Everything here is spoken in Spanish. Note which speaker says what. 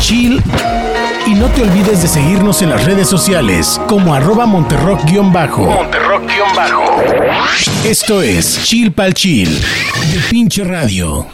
Speaker 1: chill. Y no te olvides de seguirnos en las redes sociales como arroba monterrock-bajo. Monterrock-bajo. Esto es Chill Pal Chill de Pinche Radio.